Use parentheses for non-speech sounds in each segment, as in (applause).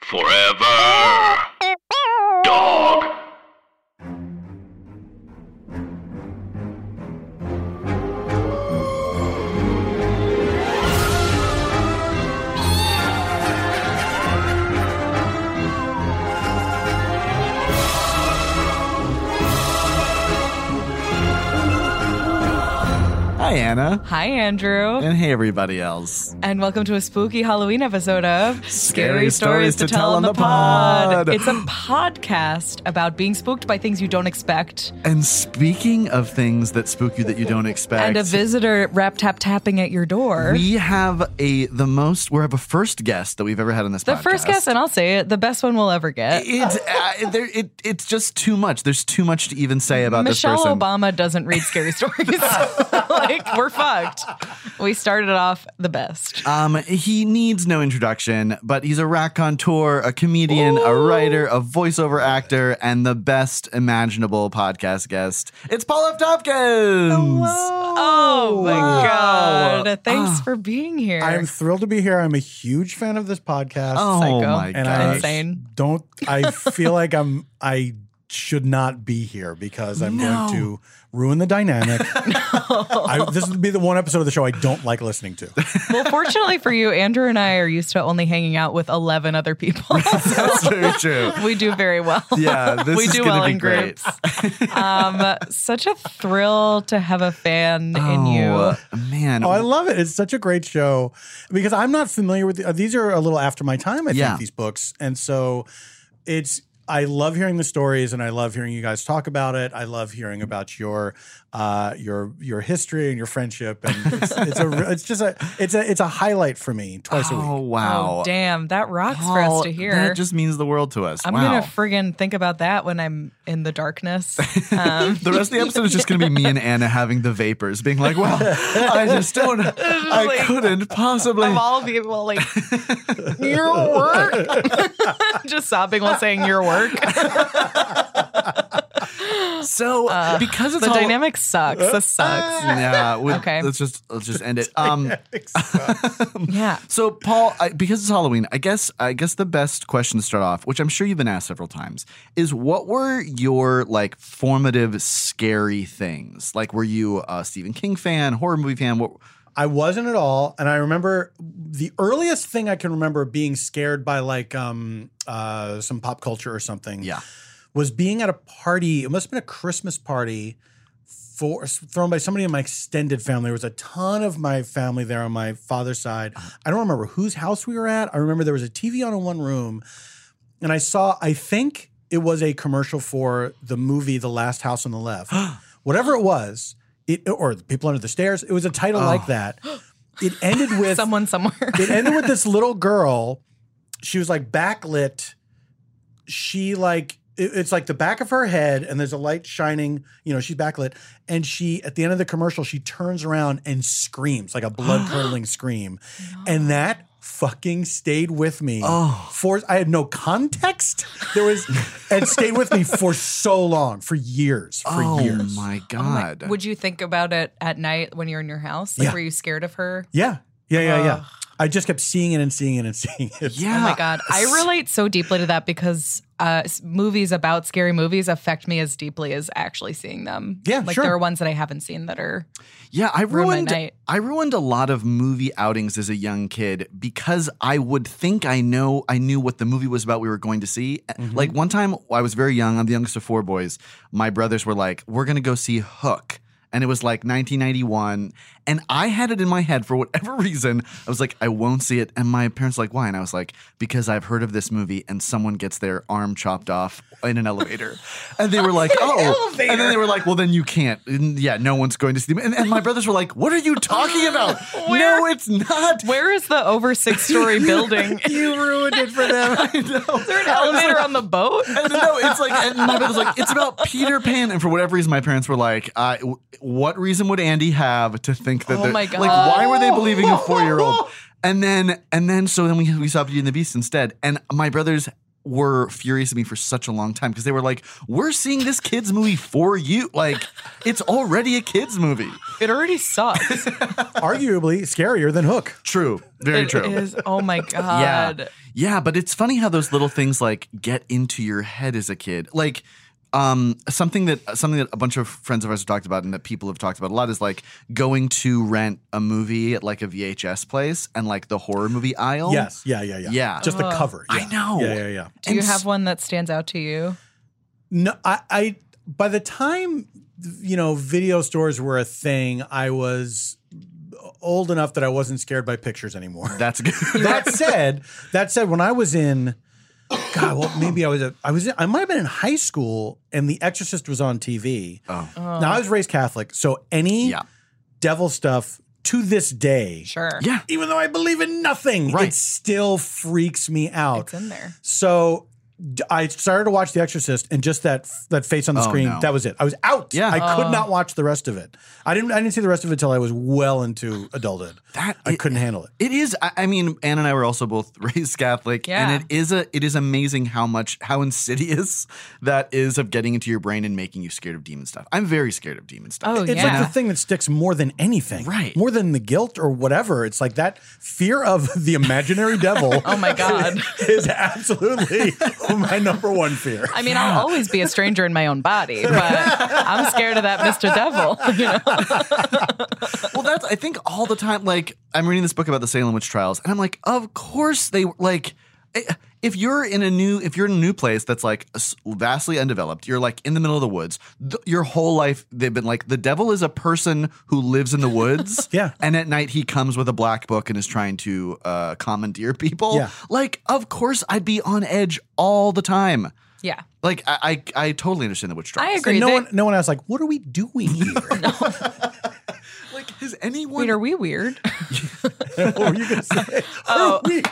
Forever. Dog. Hi, Anna. Hi, Andrew. And hey, everybody else. And welcome to a spooky Halloween episode of Scary Stories to Tell on the Pod. It's a podcast about being spooked by things you don't expect And speaking of things that spook you that you don't expect, and a visitor rap tap tapping at your door. we have a the most. We have a first guest that we've ever had on this. the first guest, and I'll say it, the best one we'll ever get. It's uh, there, it, it's just too much. There's too much to even say about Michelle this person. Obama doesn't read scary stories. (laughs) like, we're fucked. We started off the best. Um, he needs no introduction, but he's a raconteur, a comedian, a writer, a voiceover actor, and the best imaginable podcast guest. It's Paul F. Tompkins. Oh my Wow. Ah. God. Thanks for being here. I'm thrilled to be here. I'm a huge fan of this podcast. Oh Psycho. my and gosh. I Insane. don't (laughs) I feel like I'm I should not be here because I'm No. going to ruin (laughs) the dynamic. I, this would be the one episode of the show I don't like listening to. Well, fortunately for you, Andrew and I are used to only hanging out with 11 other people. (laughs) So (laughs) That's very true. we do very well. Yeah, this (laughs) we is do gonna well be in great. groups. um, such a thrill to have a fan in you. Oh, man. Oh, I love it. It's such a great show because I'm not familiar with the, these are a little after my time, I Yeah. think these books. And so it's I love hearing the stories and I love hearing you guys talk about it. I love hearing about your uh your your history and your friendship and (laughs) it's, it's a re- it's just a it's a it's a highlight for me twice a oh week. wow. Oh, damn. That rocks for us Paul, to hear. That just means the world to us. I'm wow. going to friggin' think about that when I'm in (laughs) the darkness. Um, the (laughs) rest of the episode is just going to be me and Anna having the vapors, being like, "Well, I just (laughs) don't, I like- couldn't possibly." of all people, (laughs) like, your work. (laughs) just sobbing while saying (laughs) your work. So because it's uh, The all, Um, dynamic sucks. (laughs) This sucks. yeah. we- Okay. Let's just let's just end it. (laughs) Um. Yeah. So Paul, I, because it's Halloween, I guess I guess the best question to start off, which I'm sure you've been asked several times, is what were your like formative scary things? Like, were you a Stephen King fan, horror movie fan? What? I wasn't at all. And I remember the earliest thing I can remember being scared by like um uh some pop culture or something. Yeah. was being at a party. It must have been a Christmas party for thrown by somebody in my extended family. There was a ton of my family there on my father's side. I don't remember whose house we were at. I remember there was a TV on in one room, and I saw. I think it was a commercial for the movie The Last House on the Left, whatever it was. It, or The People Under the Stairs. It was a title like that. It ended with Someone somewhere. it ended with this little girl. She was like backlit. She like it- it's like the back of her head, and there's a light shining. You know, she's backlit, and she at the end of the commercial, she turns around and screams like a blood curdling scream, and that fucking stayed with me Oh. for I had no context. There was and stayed with me for so long, for years, for oh years. my my- god! would you think about it at night when you're in your house? Like, Yeah. were you scared of her? Yeah, yeah, yeah, yeah. Ugh. I just kept seeing it and seeing it and seeing it. yeah. Oh my god, I relate so deeply to that because uh, s- movies about scary movies affect me as deeply as actually seeing them. Yeah, like sure. there are ones that I haven't seen that are Yeah, I Ruin my ruined night. I ruined a lot of movie outings as a young kid because I would think I know I knew what the movie was about we were going to see. Eh, Mm-hmm. Like one time I was very young, I'm the youngest of four boys. My brothers were like, "We're going to go see Hook." and it was like 1991. And I had it in my head for whatever (laughs) reason. I was like, I won't see it. And my parents were like, why? And I was like, because I've heard of this movie and someone gets their arm chopped off in an (laughs) elevator. And they were like, oh. And then they were like, well, then you can't. And yeah, no one's going to see them. And, (laughs) and my brothers were like, what are you talking about? no, it's not. Where is the over six (laughs) story building? Is you ruined it for (laughs) them. I (laughs) know. there an elevator on (laughs) the boat? And no, it's like, and my brother's like, it's about Peter Pan. And for whatever reason, my parents were like, uh, w- what reason would Andy have to think that? Oh they're- my Like, God. why were they believing a four year (laughs) old? And then, and then, so then we, we saw Beauty and the Beast instead. And my brothers were furious at me for such a long time because they were like, we're seeing this kid's movie for you. Like, it's already a kid's movie. It already sucks. Arguably scarier than Hook. True. (laughs) Very It true. is- oh my god. Yeah. Yeah, but it's funny how those little things like get into your head as a kid. Like um, something that something that a bunch of friends of ours have talked about and that people have talked about a lot is like going to rent a movie at like a VHS place and like the horror movie aisle. Yes. Yeah. Yeah. Yeah. Oh. Yeah. Just the cover. I Yeah. know. Yeah. Yeah. Yeah. Do And you s- have one that stands out to you? No, I, I by the time you know video stores were a thing, I was old enough that I wasn't scared by pictures anymore. That's good. (laughs) that said, that said, when I was in, God, well, maybe I was a, I was, in, I might have been in high school, and The Exorcist was on TV. oh. Now I was raised Catholic, so any Yeah. devil stuff to this day, Sure. Yeah. even though I believe in nothing, Right. it still freaks me out. It's in there. So d- I started to watch The Exorcist, and just that that face on the Oh, screen, no. that was it. I was out. Yeah. I Oh. could not watch the rest of it. I didn't. I didn't see the rest of it until I was well into adulthood. That I it- couldn't handle it. It is. I, I mean, Anne and I were also both (laughs) raised Catholic, Yeah. and it is a. It is amazing how much how insidious (laughs) that is of getting into your brain and making you scared of demon stuff. I'm very scared of demon stuff. Oh It's yeah. like the thing that sticks more than anything, Right. More than the guilt or whatever. It's like that fear of the imaginary devil. (laughs) Oh my God. (laughs) is absolutely my number one fear. I mean, I'll always be a stranger in my own (laughs) body, but I'm scared of that Mr. Devil. (laughs) You know? well, that's I think all the time. Like I'm reading this book about the Salem witch trials, and I'm like, of course they like. eh, If you're in a new, if you're in a new place that's like s- vastly undeveloped, you're like in the middle of the woods. Th- your whole life they've been like the devil is a person who lives in the woods. (laughs) Yeah. and at night he comes with a black book and is trying to uh, commandeer people. Yeah. like of course I'd be on edge all the time. Yeah. Like I, I, I totally understand the witch trials. I agree. And no They- one, no one asks, like, what are we doing here? Like has anyone? Wait, are we weird? (laughs) (laughs) what were you (laughs) going to say? Are we-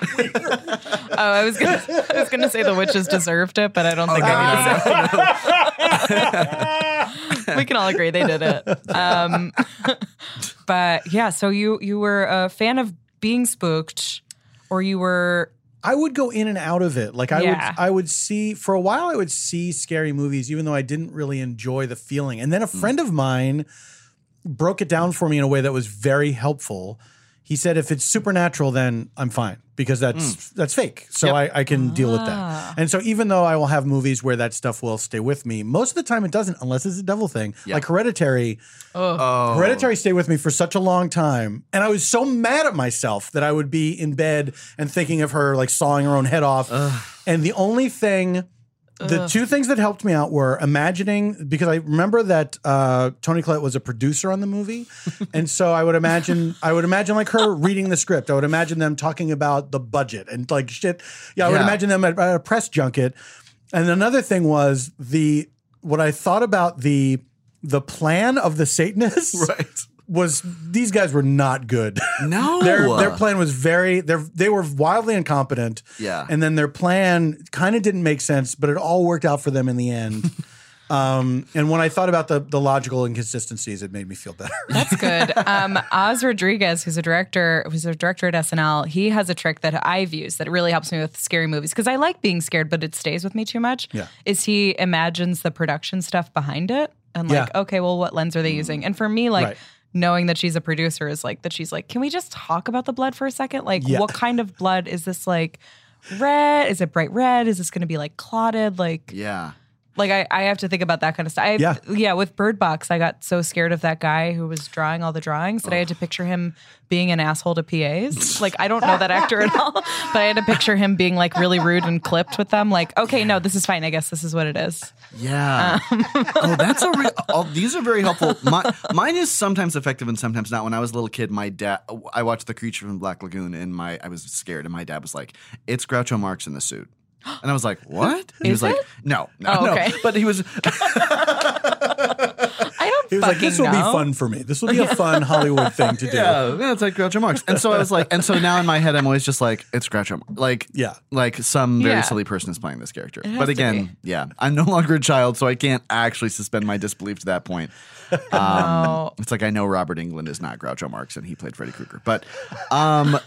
Oh, I was gonna, I was gonna say the witches deserved it, but I don't Oh, think I need to (laughs) say. we can all agree they did it. Um, (laughs) but yeah, so you you were a fan of being spooked, or you were I would go in and out of it. Like I Yeah. would I would see for a while I would see scary movies even though I didn't really enjoy the feeling. And then Mm. a friend of mine broke it down for me in a way that was very helpful. He said if it's supernatural then I'm fine because that's that's fake. Mm. So Yep. Ah. I, I can deal with that. And so even though I will have movies where that stuff will stay with me, most of the time it doesn't unless it's a devil thing. Yeah. Like Hereditary, Oh. Hereditary stayed with me for such a long time, and I was so mad at myself that I would be in bed and thinking of her like sawing her own head off. And the only thing, the two things that helped me out were imagining because I remember that uh, Tony Collette was a producer on the movie, and so I would imagine I would imagine like her reading the script. I would imagine them talking about the budget and like shit. Yeah, I would Yeah. imagine them at, at a press junket. And another thing was the what I thought about the the plan of the (laughs) Satanists Right. was these guys were (laughs) not good. No. their their plan was very their they were wildly incompetent. Yeah. And then their plan kind of didn't make sense, but it all worked out for them in the (laughs) end. um, and when I thought about the the logical inconsistencies, it made me feel better. (laughs) That's good. Um, Oz Rodriguez, who's a director, who's a director at SNL, he has a trick that I've used that really helps me with scary movies because I like being scared, but it stays with me too much. Yeah. Is he imagines the production stuff behind it and like, Yeah. okay, well, what lens are they using? And for me, like. Right. Knowing that she's a producer is like that. She's like, can we just talk about the blood for a second? Like, Yeah. what kind of blood is this? Like, red? Is it bright red? Is this going to be like clotted? Like, yeah. Like I, I have to think about that kind of stuff. I, Yeah. With Bird Box, I got so scared of that guy who was drawing all the drawings that I had to picture him being an asshole to (laughs) PAs. Like I don't know that actor at all, but I had to picture him being like really rude and clipped with them. Like, okay, no, this is fine. I guess this is what it is. Yeah. Um, oh, that's a real. Oh, these are very helpful. My, mine is sometimes effective and sometimes not. When I was a little kid, my dad, I watched The Creature from Black Lagoon, and my I was scared, and my dad was like, "It's Groucho Marx in the suit," and I was like, "What?" And he was Is like, it? "No, no, Oh, no." okay. But (laughs) he was. I don't. He was like, fucking "This will be know. fun for me. This will (laughs) be a fun Hollywood thing to do." Yeah, yeah, it's like Groucho Marx. And so I was like, and so now in my head, I'm always just like, it's Groucho, Marx. like, Yeah. like some very Yeah. silly person is playing this character. has But to again, yeah, I'm no longer a child, so I can't actually suspend my disbelief to that point. Um, Oh, It's like I know Robert England is not Groucho Marx and he played Freddy Krueger, but um,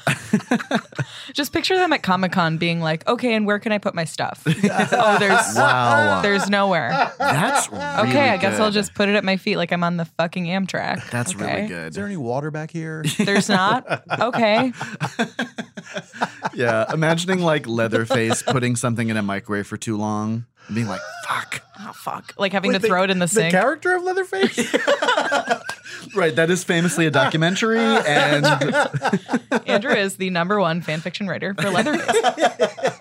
Just picture them at Comic Con being like, okay, and where can I put my (laughs) stuff? (laughs) oh, there's Wow. there's nowhere. uh, that's really Okay, I guess I'll good. just put it at my feet like I'm on the fucking Amtrak. That's okay. really Is there good. any water (laughs) back here? There's (laughs) not. Okay. Yeah, imagining like Leatherface putting something in a microwave for too long, and being like, "Fuck!" Oh fuck. Like having Wait, to throw it in the sink. The character (laughs) of Leatherface. Right, that is famously a documentary, and Andrew is the number one fan fiction writer for (laughs) Leatherface.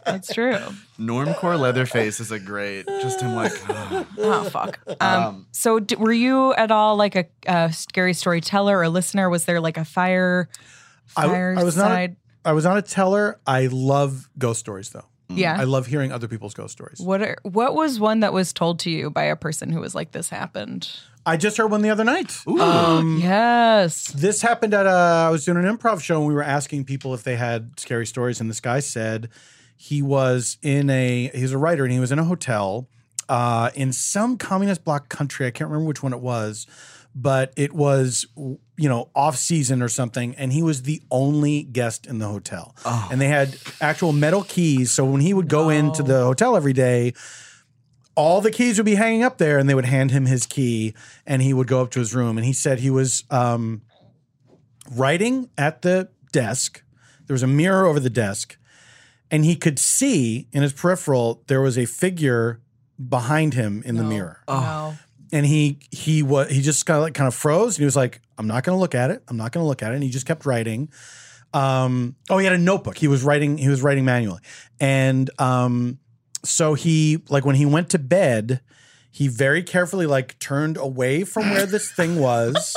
That's true. Normcore Leatherface is a great. Just him like, "Ah, "Ugh." Oh fuck. Um, so, d- were you at all like a, a scary storyteller or listener? Was there like a fire? I, I was not. Fireside. A, I was not a teller. I love ghost stories, though. Yeah. Mm. I love hearing other people's ghost stories. What are, what was one that was told to you by a person who was like this happened? I just heard one the other night. Um, Mm. yes. This happened at a. I was doing an improv show and we were asking people if they had scary stories, and this guy said he was in a. He was a writer and he was in a hotel uh, in some communist bloc country. I can't remember which one it was, but it was you know off season or something, and he was the only guest in the hotel, and they had actual metal keys. So when he would go into the hotel every day, all the keys would be hanging up there and they would hand him his key and he would go up to his room and he said he was um, writing at the desk there was a mirror over the desk and he could see in his peripheral there was a figure behind him in the mirror Oh. and he he was he just kind of like kind of froze and he was like i'm not going to look at it i'm not going to look at it and he just kept writing um oh he had a notebook he was writing he was writing manually and um so he like when he went to bed he very carefully like turned away from where this thing was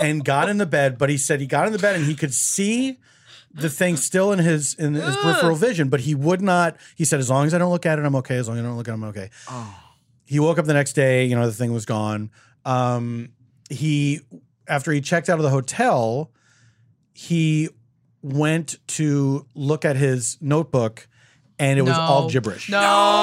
and got in the bed but he said he got in the bed and he could see the thing still in his in his peripheral vision but he would not he said as long as i don't look at it i'm okay as long as i don't look at it i'm okay he woke up the next day you know the thing was gone um he after he checked out of the hotel he went to look at his notebook and it was all gibberish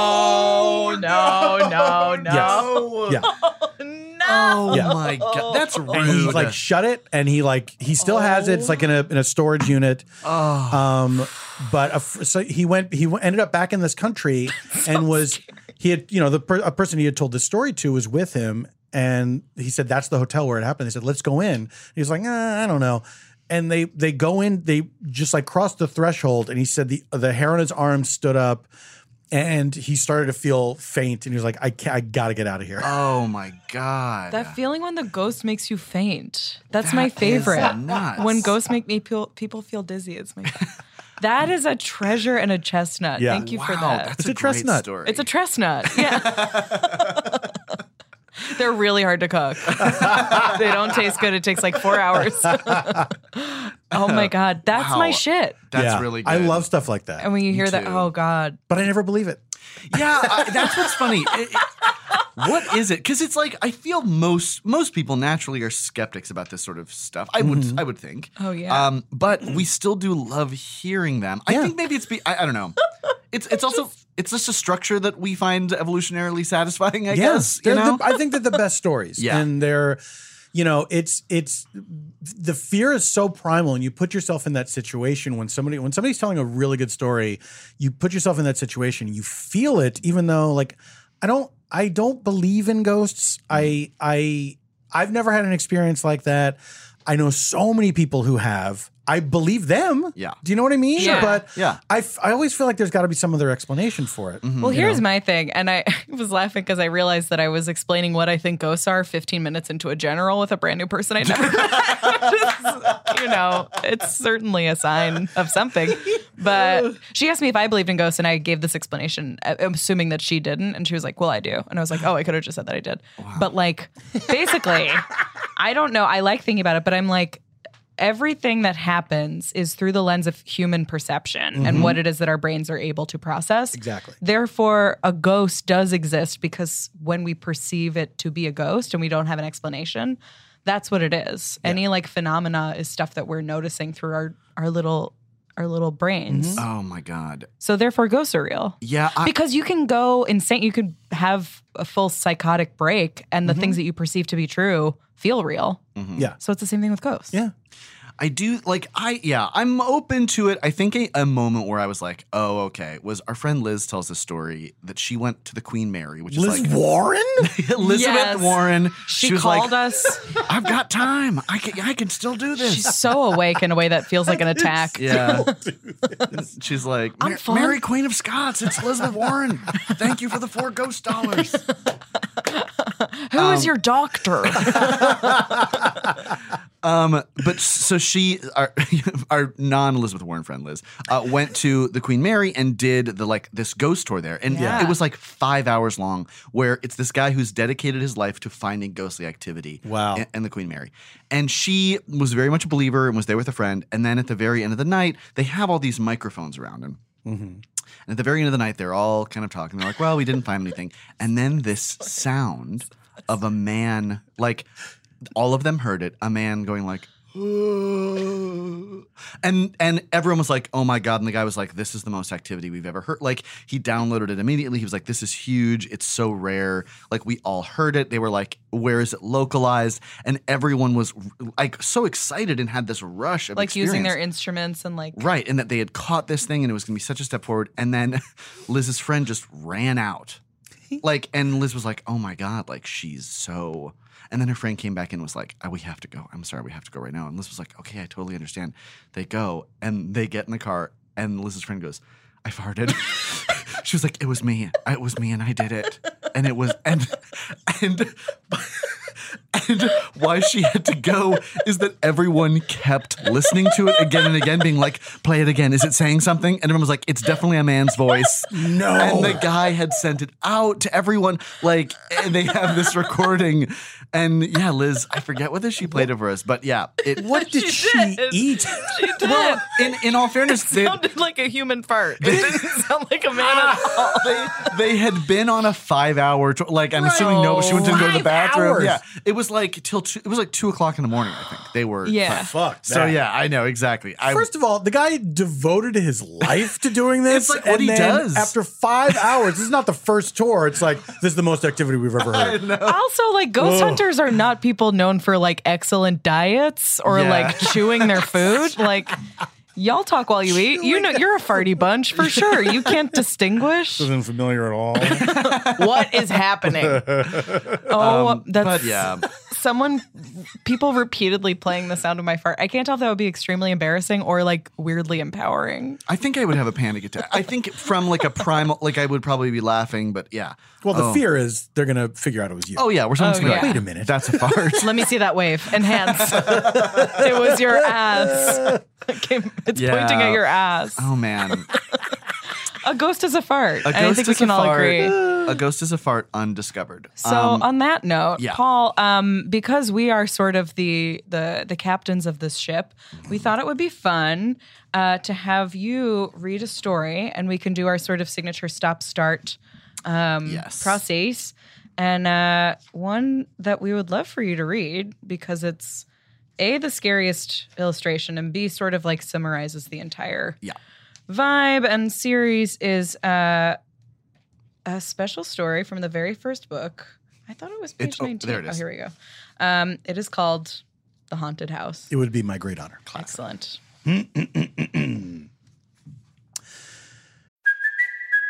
No. No. No. No. no. yeah No. Oh Yeah. my god, that's rude. Oh, and he like shut it and he like he still has it it's like in a in a storage unit oh. um but a, fr- so he went he went, ended up back in this (laughs) country and was he had you know the per, a person he had told this story to was with him and he said that's the hotel where it happened they said let's go in he was like "Ah, i don't know and they they go in they just like crossed the threshold and he said the the hair on his arm stood up and he started to feel faint and he was like i can't, i gotta get out of here Oh my god. That feeling when the ghost makes you faint. That's my favorite. nuts. When ghosts make me feel people feel dizzy, it's my (laughs) That is a treasure and a chestnut. Yeah. Thank you wow, for that. That's It's a, a great chestnut. story. it's a chestnut. Yeah. (laughs) They're really hard to cook. (laughs) they don't taste good. It takes like four hours. (laughs) oh (laughs) my God. That's Wow. my shit. That's Yeah. really good. i love stuff like that And when you hear that, too. oh God. but i never believe it (laughs) Yeah, I, that's what's funny. It- it- what is it? Because it's like I feel most most people naturally are skeptics about this sort of stuff. I Mm-hmm. would I would think. Oh, yeah. Um, but we still do love hearing them. I think maybe it's be I, I don't know. It's it's also it's just a structure that we find evolutionarily satisfying. I guess you they're know. the- I think they're the best stories. (laughs) Yeah. And they're, you know, it's it's the fear is so primal, and you put yourself in that situation when somebody when somebody's telling a really good story, you put yourself in that situation, you feel it, even though like I don't I don't believe in ghosts. Mm-hmm. I I I've never had an experience like that. I know so many people who have. I believe them. Yeah. Do you know what I mean? Sure. But Yeah. Mm-hmm. I, f- I always feel like there's got to be some other explanation for it. Well, here's my thing. And I (laughs) was laughing because I realized that I was explaining what I think ghosts are 15 minutes into a general with a brand new person I never met. (laughs) Just, you know, it's certainly a sign of something. But she asked me if I believed in ghosts, and I gave this explanation, uh, assuming that she didn't. And she was like, Well, I do. And I was like, Oh, I could have just said that I did. But like, basically, I don't know. I like thinking about it, but I'm like, everything that happens is through the lens of human perception and what it is that our brains are able to process. Exactly. Therefore, a ghost does exist because when we perceive it to be a ghost and we don't have an explanation, that's what it is. Any like phenomena is stuff that we're noticing through our our little our little brains. Oh my god. So therefore, ghosts are real. Yeah. I, Because you can go insane, you could have a full psychotic break, and Mm-hmm. the things that you perceive to be true feel real. Yeah. So it's the same thing with ghosts. Yeah. I do like I yeah, I'm open to it. I think a, a moment where I was like, "Oh, okay." Was our friend Liz tells a story that she went to the Queen Mary, which Liz is like (laughs) Warren? Elizabeth Yes. Warren. She, was like, called (laughs) us. "I've got time. I can I can still do this." She's so awake in a way that feels (laughs) like an attack. yeah. She's like, I'm "Mar- fine." Mary Queen of Scots, it's Elizabeth Warren. Thank you for the four ghost dollars. Who is (laughs) your doctor? Um, but so she, our, (laughs) our non-Elizabeth Warren friend Liz, uh, went to the Queen Mary and did the like this ghost tour there, and Yeah. it was like five hours long, where it's this guy who's dedicated his life to finding ghostly activity. Wow. And, and the Queen Mary, and she was very much a believer and was there with a friend, and then at the very end of the night, they have all these microphones around him. And at the very end of the night, they're all kind of talking. They're like, well, we didn't find anything. And then this sound of a man, like all of them heard it, a man going like, and and everyone was like, "Oh my god!" And the guy was like, "This is the most activity we've ever heard." Like he downloaded it immediately. He was like, "This is huge. It's so rare." Like we all heard it. They were like, "Where is it localized?" And everyone was like so excited and had this rush of like using their experience. instruments and like Right, and that they had caught this thing and it was going to be such a step forward. And then (laughs) Liz's friend just ran out. Like, and Liz was like, oh my God, like she's so. And then her friend came back and was like, oh, we have to go. I'm sorry, we have to go right now. And Liz was like, okay, I totally understand. They go and they get in the car, and Liz's friend goes, I farted. she was like, it was me. It was me, and I did it. And it was, and, (laughs) and, and why she had to go is that everyone kept listening to it again and again, being like, play it again. Is it saying something? And everyone was like, it's definitely a man's voice. No. And the guy had sent it out to everyone. Like, and they have this recording. And yeah, Liz, I forget whether she played it for us, but yeah. It, (laughs) What did she, eat? Well, in, in all fairness, they, sounded like a human fart. (laughs) It didn't sound like a man at all. (laughs) they, they had been on a five hour, tour. like, I'm assuming no, she went to go to the Oh, Five bathroom. hours. Yeah. It was like till two, it was like two o'clock in the morning, I think. They were. Yeah. Fuck. So that. yeah, I know exactly. I, First of all, the guy devoted his life to doing this. It's like what and he then does. After five hours, this is not the first tour. It's like this is the most activity (laughs) we've ever heard. (laughs) Also, like ghost hunters are not people known for like excellent diets or Yeah. like (laughs) chewing their food. Like y'all talk while you eat. You know you're a farty bunch for sure. (laughs) You can't distinguish Isn't familiar at all. what is happening. (laughs) Oh, Um, that's but yeah, someone people repeatedly playing the sound of my fart. I can't tell if that would be extremely embarrassing or like weirdly empowering. I think I would have a panic attack. I think from like a primal, like I would probably be laughing, but yeah. well, the oh. fear is they're gonna figure out it was you. Oh yeah, we're someone's Oh, gonna be yeah. like, Wait a minute. that's a (laughs) fart. Let me see that wave. Enhance. it was your ass. Okay, it's Yeah. pointing at your ass. oh man, A ghost is a fart. a and I ghost is think we can a all fart. agree. A ghost is a fart, undiscovered. Uh, So on that note, Um, yeah. Paul, um, because we are sort of the the the captains of this ship, we thought it would be fun uh, to have you read a story, and we can do our sort of signature stop start um, Yes. process. And uh, one that we would love for you to read because it's a the scariest illustration, and b sort of like summarizes the entire Yeah. vibe and series is uh, a special story from the very first book. I thought it was page It's- oh, 19. there it Oh, is. here we go. Um, it is called The Haunted House. It would be my great honor. Excellent. Hey,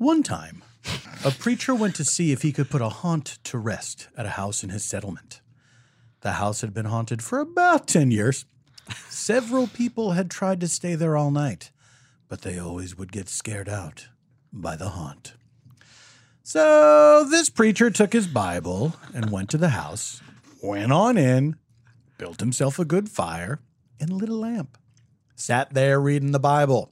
One time, a preacher went to see if he could put a haunt to rest at a house in his settlement. The house had been haunted for about 10 years. Several people had tried to stay there all night, but they always would get scared out by the haunt. So this preacher took his Bible and went to the house, went on in, built himself a good fire and lit a lamp. Sat there reading the Bible.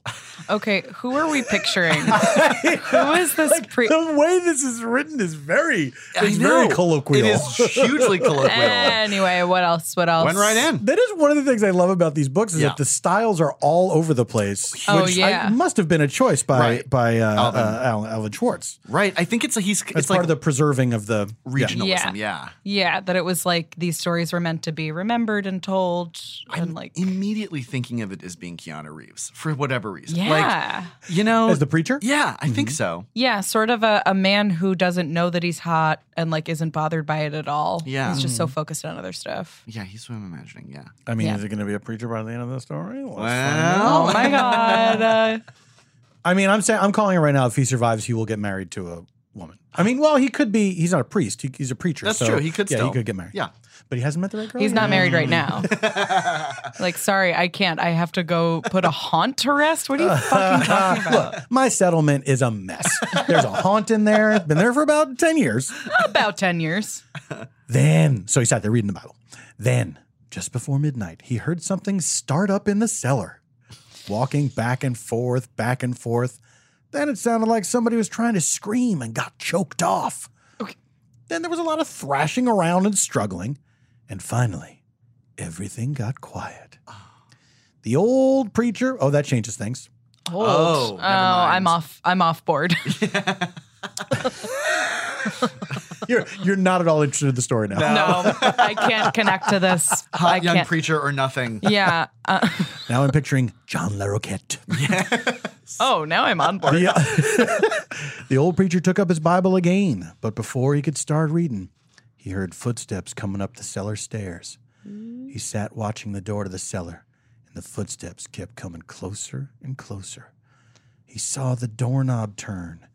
Okay, who are we (laughs) picturing? who is this pre? the way this is written is very it's very know. colloquial. It is (laughs) hugely (laughs) colloquial. Anyway, what else? What else? Went right in. (laughs) that is one of the things I love about these books is Yeah. that the styles are all over the place. Oh, which I- yeah. must have been a choice by Right. by uh, Alvin. Uh, Alan, Alvin Schwartz. Right. I think it's a he's That's it's part like of the preserving of the Yeah. regionalism. Yeah. Yeah. Yeah, that it was like these stories were meant to be remembered and told, and like Immediately thinking of it as being Keanu Reeves for whatever reason. yeah, Like you know As the preacher, Mm-hmm. Yeah, I think so. yeah, sort of a, a man who doesn't know that he's hot and like isn't bothered by it at all. Yeah. Mm. he's just so focused on other stuff. Yeah, he's what I'm imagining. Yeah. I mean, Yeah. is it going to be a preacher by the end of the story? Let's find out. Well, Oh my god, uh, I mean, I'm saying I'm calling it right now. If he survives, he will get married to a woman. I mean, well, he could be. He's not a priest. He, he's a preacher. that's so, true. He could Yeah, still. he could get married. Yeah. but he hasn't met the right girl. he's not yet. married (laughs) right now. like, sorry, I can't. I have to go put a haunt to rest. What are you (laughs) fucking talking about? My settlement is a mess. There's a haunt in there. It's Been there for about ten years. About ten years. Then, so he sat there reading the Bible. Then, just before midnight, he heard something start up in the cellar, walking back and forth, back and forth. Then it sounded like somebody was trying to scream and got choked off. Okay. Then there was a lot of thrashing around and struggling. And finally, everything got quiet. Oh. The old preacher, oh, that changes things. Old. Oh, oh, never mind. I'm off. I'm off board. (laughs) You're, you're not at all interested in the story now. no, I can't connect to this. Hot I young can't. preacher or (laughs) nothing. yeah. Uh, Now I'm picturing John Larroquette. oh, now I'm (laughs) on board. The, (laughs) the old preacher took up his Bible again, but before he could start reading, he heard footsteps coming up the cellar stairs. He sat watching the door to the cellar, and the footsteps kept coming closer and closer. He saw the doorknob turn,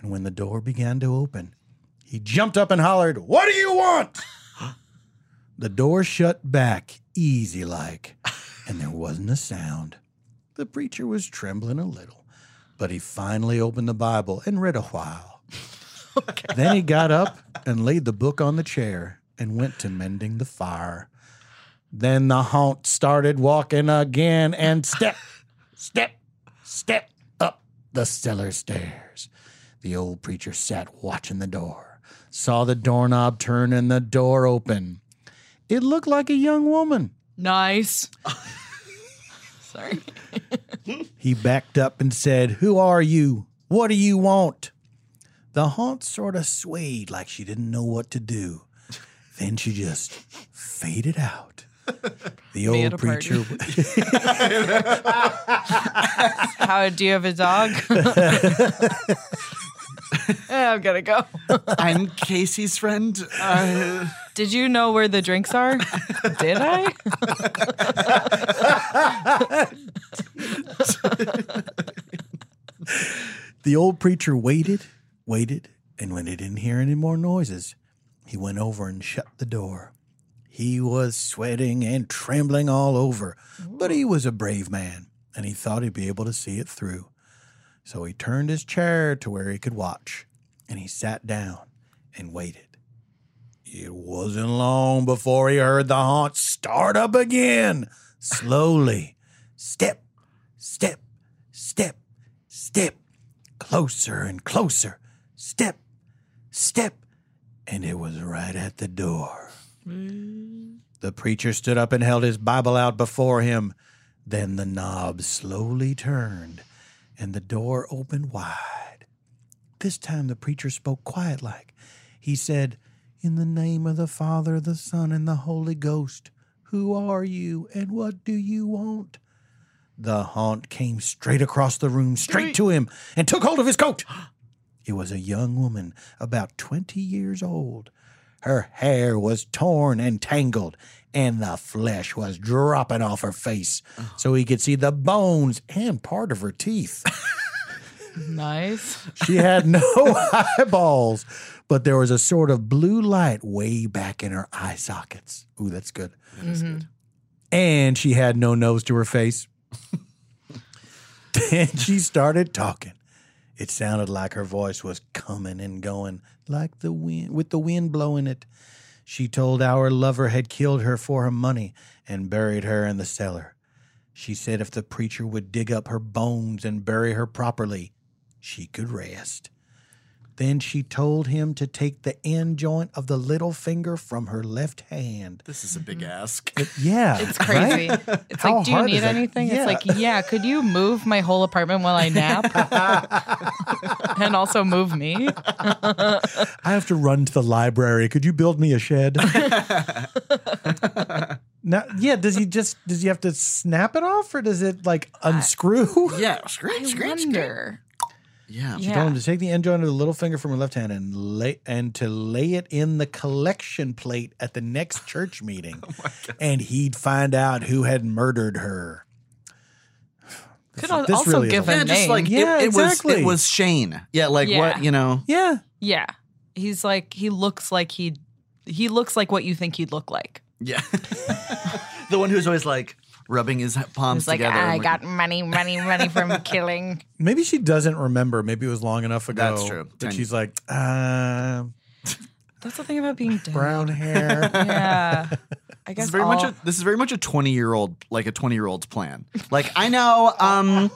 and when the door began to open, he jumped up and hollered, What do you want? (gasps) the door shut back, easy like, and there wasn't a sound. The preacher was trembling a little, but he finally opened the Bible and read a while. Then he got up and laid the book on the chair and went to mending the fire. Then the haunt started walking again and step, step, step up the cellar stairs. The old preacher sat watching the door, saw the doorknob turn and the door open. It looked like a young woman. (laughs) Nice. Sorry. He backed up and said, Who are you? What do you want? The haunt sort of swayed like she didn't know what to do. Then she just faded out. (laughs) Me The old at a party. preacher. How do you have a (laughs) dog? Eh, I'm gonna go. I'm Casey's friend. (laughs) Uh, Did you know where the drinks are? Did I? The old preacher waited, waited, and when he didn't hear any more noises, he went over and shut the door. He was sweating and trembling all over, but he was a brave man, and he thought he'd be able to see it through. So he turned his chair to where he could watch, and he sat down and waited. It wasn't long before he heard the haunt start up again, slowly, step, step, step, step closer and closer, step, step, and it was right at the door. The preacher stood up and held his Bible out before him. Then the knob slowly turned, and the door opened wide. This time the preacher spoke quiet like. He said, In the name of the Father, the Son, and the Holy Ghost, who are you and what do you want? The haunt came straight across the room, straight to him, and took hold of his coat. It was a young woman, about 20 years old. Her hair was torn and tangled, and the flesh was dropping off her face so he could see the bones and part of her teeth. (laughs) Nice. She had no (laughs) eyeballs, but there was a sort of blue light way back in her eye sockets. Ooh, that's good. And she had no nose to her face. then she started talking. It sounded like her voice was coming and going, like the wind with the wind blowing it. She told our lover had killed her for her money and buried her in the cellar. She said if the preacher would dig up her bones and bury her properly, she could rest. Then she told him to take the end joint of the little finger from her left hand. This is a big Mm. ask. Yeah. It's crazy. It's How like, do you hard is need that? anything? Yeah. It's like, yeah, could you move my whole apartment while I (laughs) nap? and also move me? I have to run to the library. Could you build me (laughs) a shed? now, yeah, does he just does he have to snap it off or does it like unscrew? yeah, scratch, I wonder. Yeah. She told him to take the end joint of the little finger from her left hand and lay and to lay it in the collection plate at the next church meeting, and he'd find out who had murdered her. Could This also really is give a- a Yeah, name. just like Yeah, it, it was exactly. it was Shane. Yeah, like Yeah. what you know. Yeah, yeah. He's like, he looks like he, he looks like what you think he'd look like. (laughs) Yeah, (laughs) the one who's always like rubbing his palms He's like, together. and I looking- got money, money, (laughs) money from killing. maybe she doesn't remember. Maybe it was long enough ago. That's true. That Ten- she's like uh, That's the thing about being dead. brown hair. Yeah. I This guess is very all, much a, this is very much a 20 year old like a 20 year old's plan. Like I know um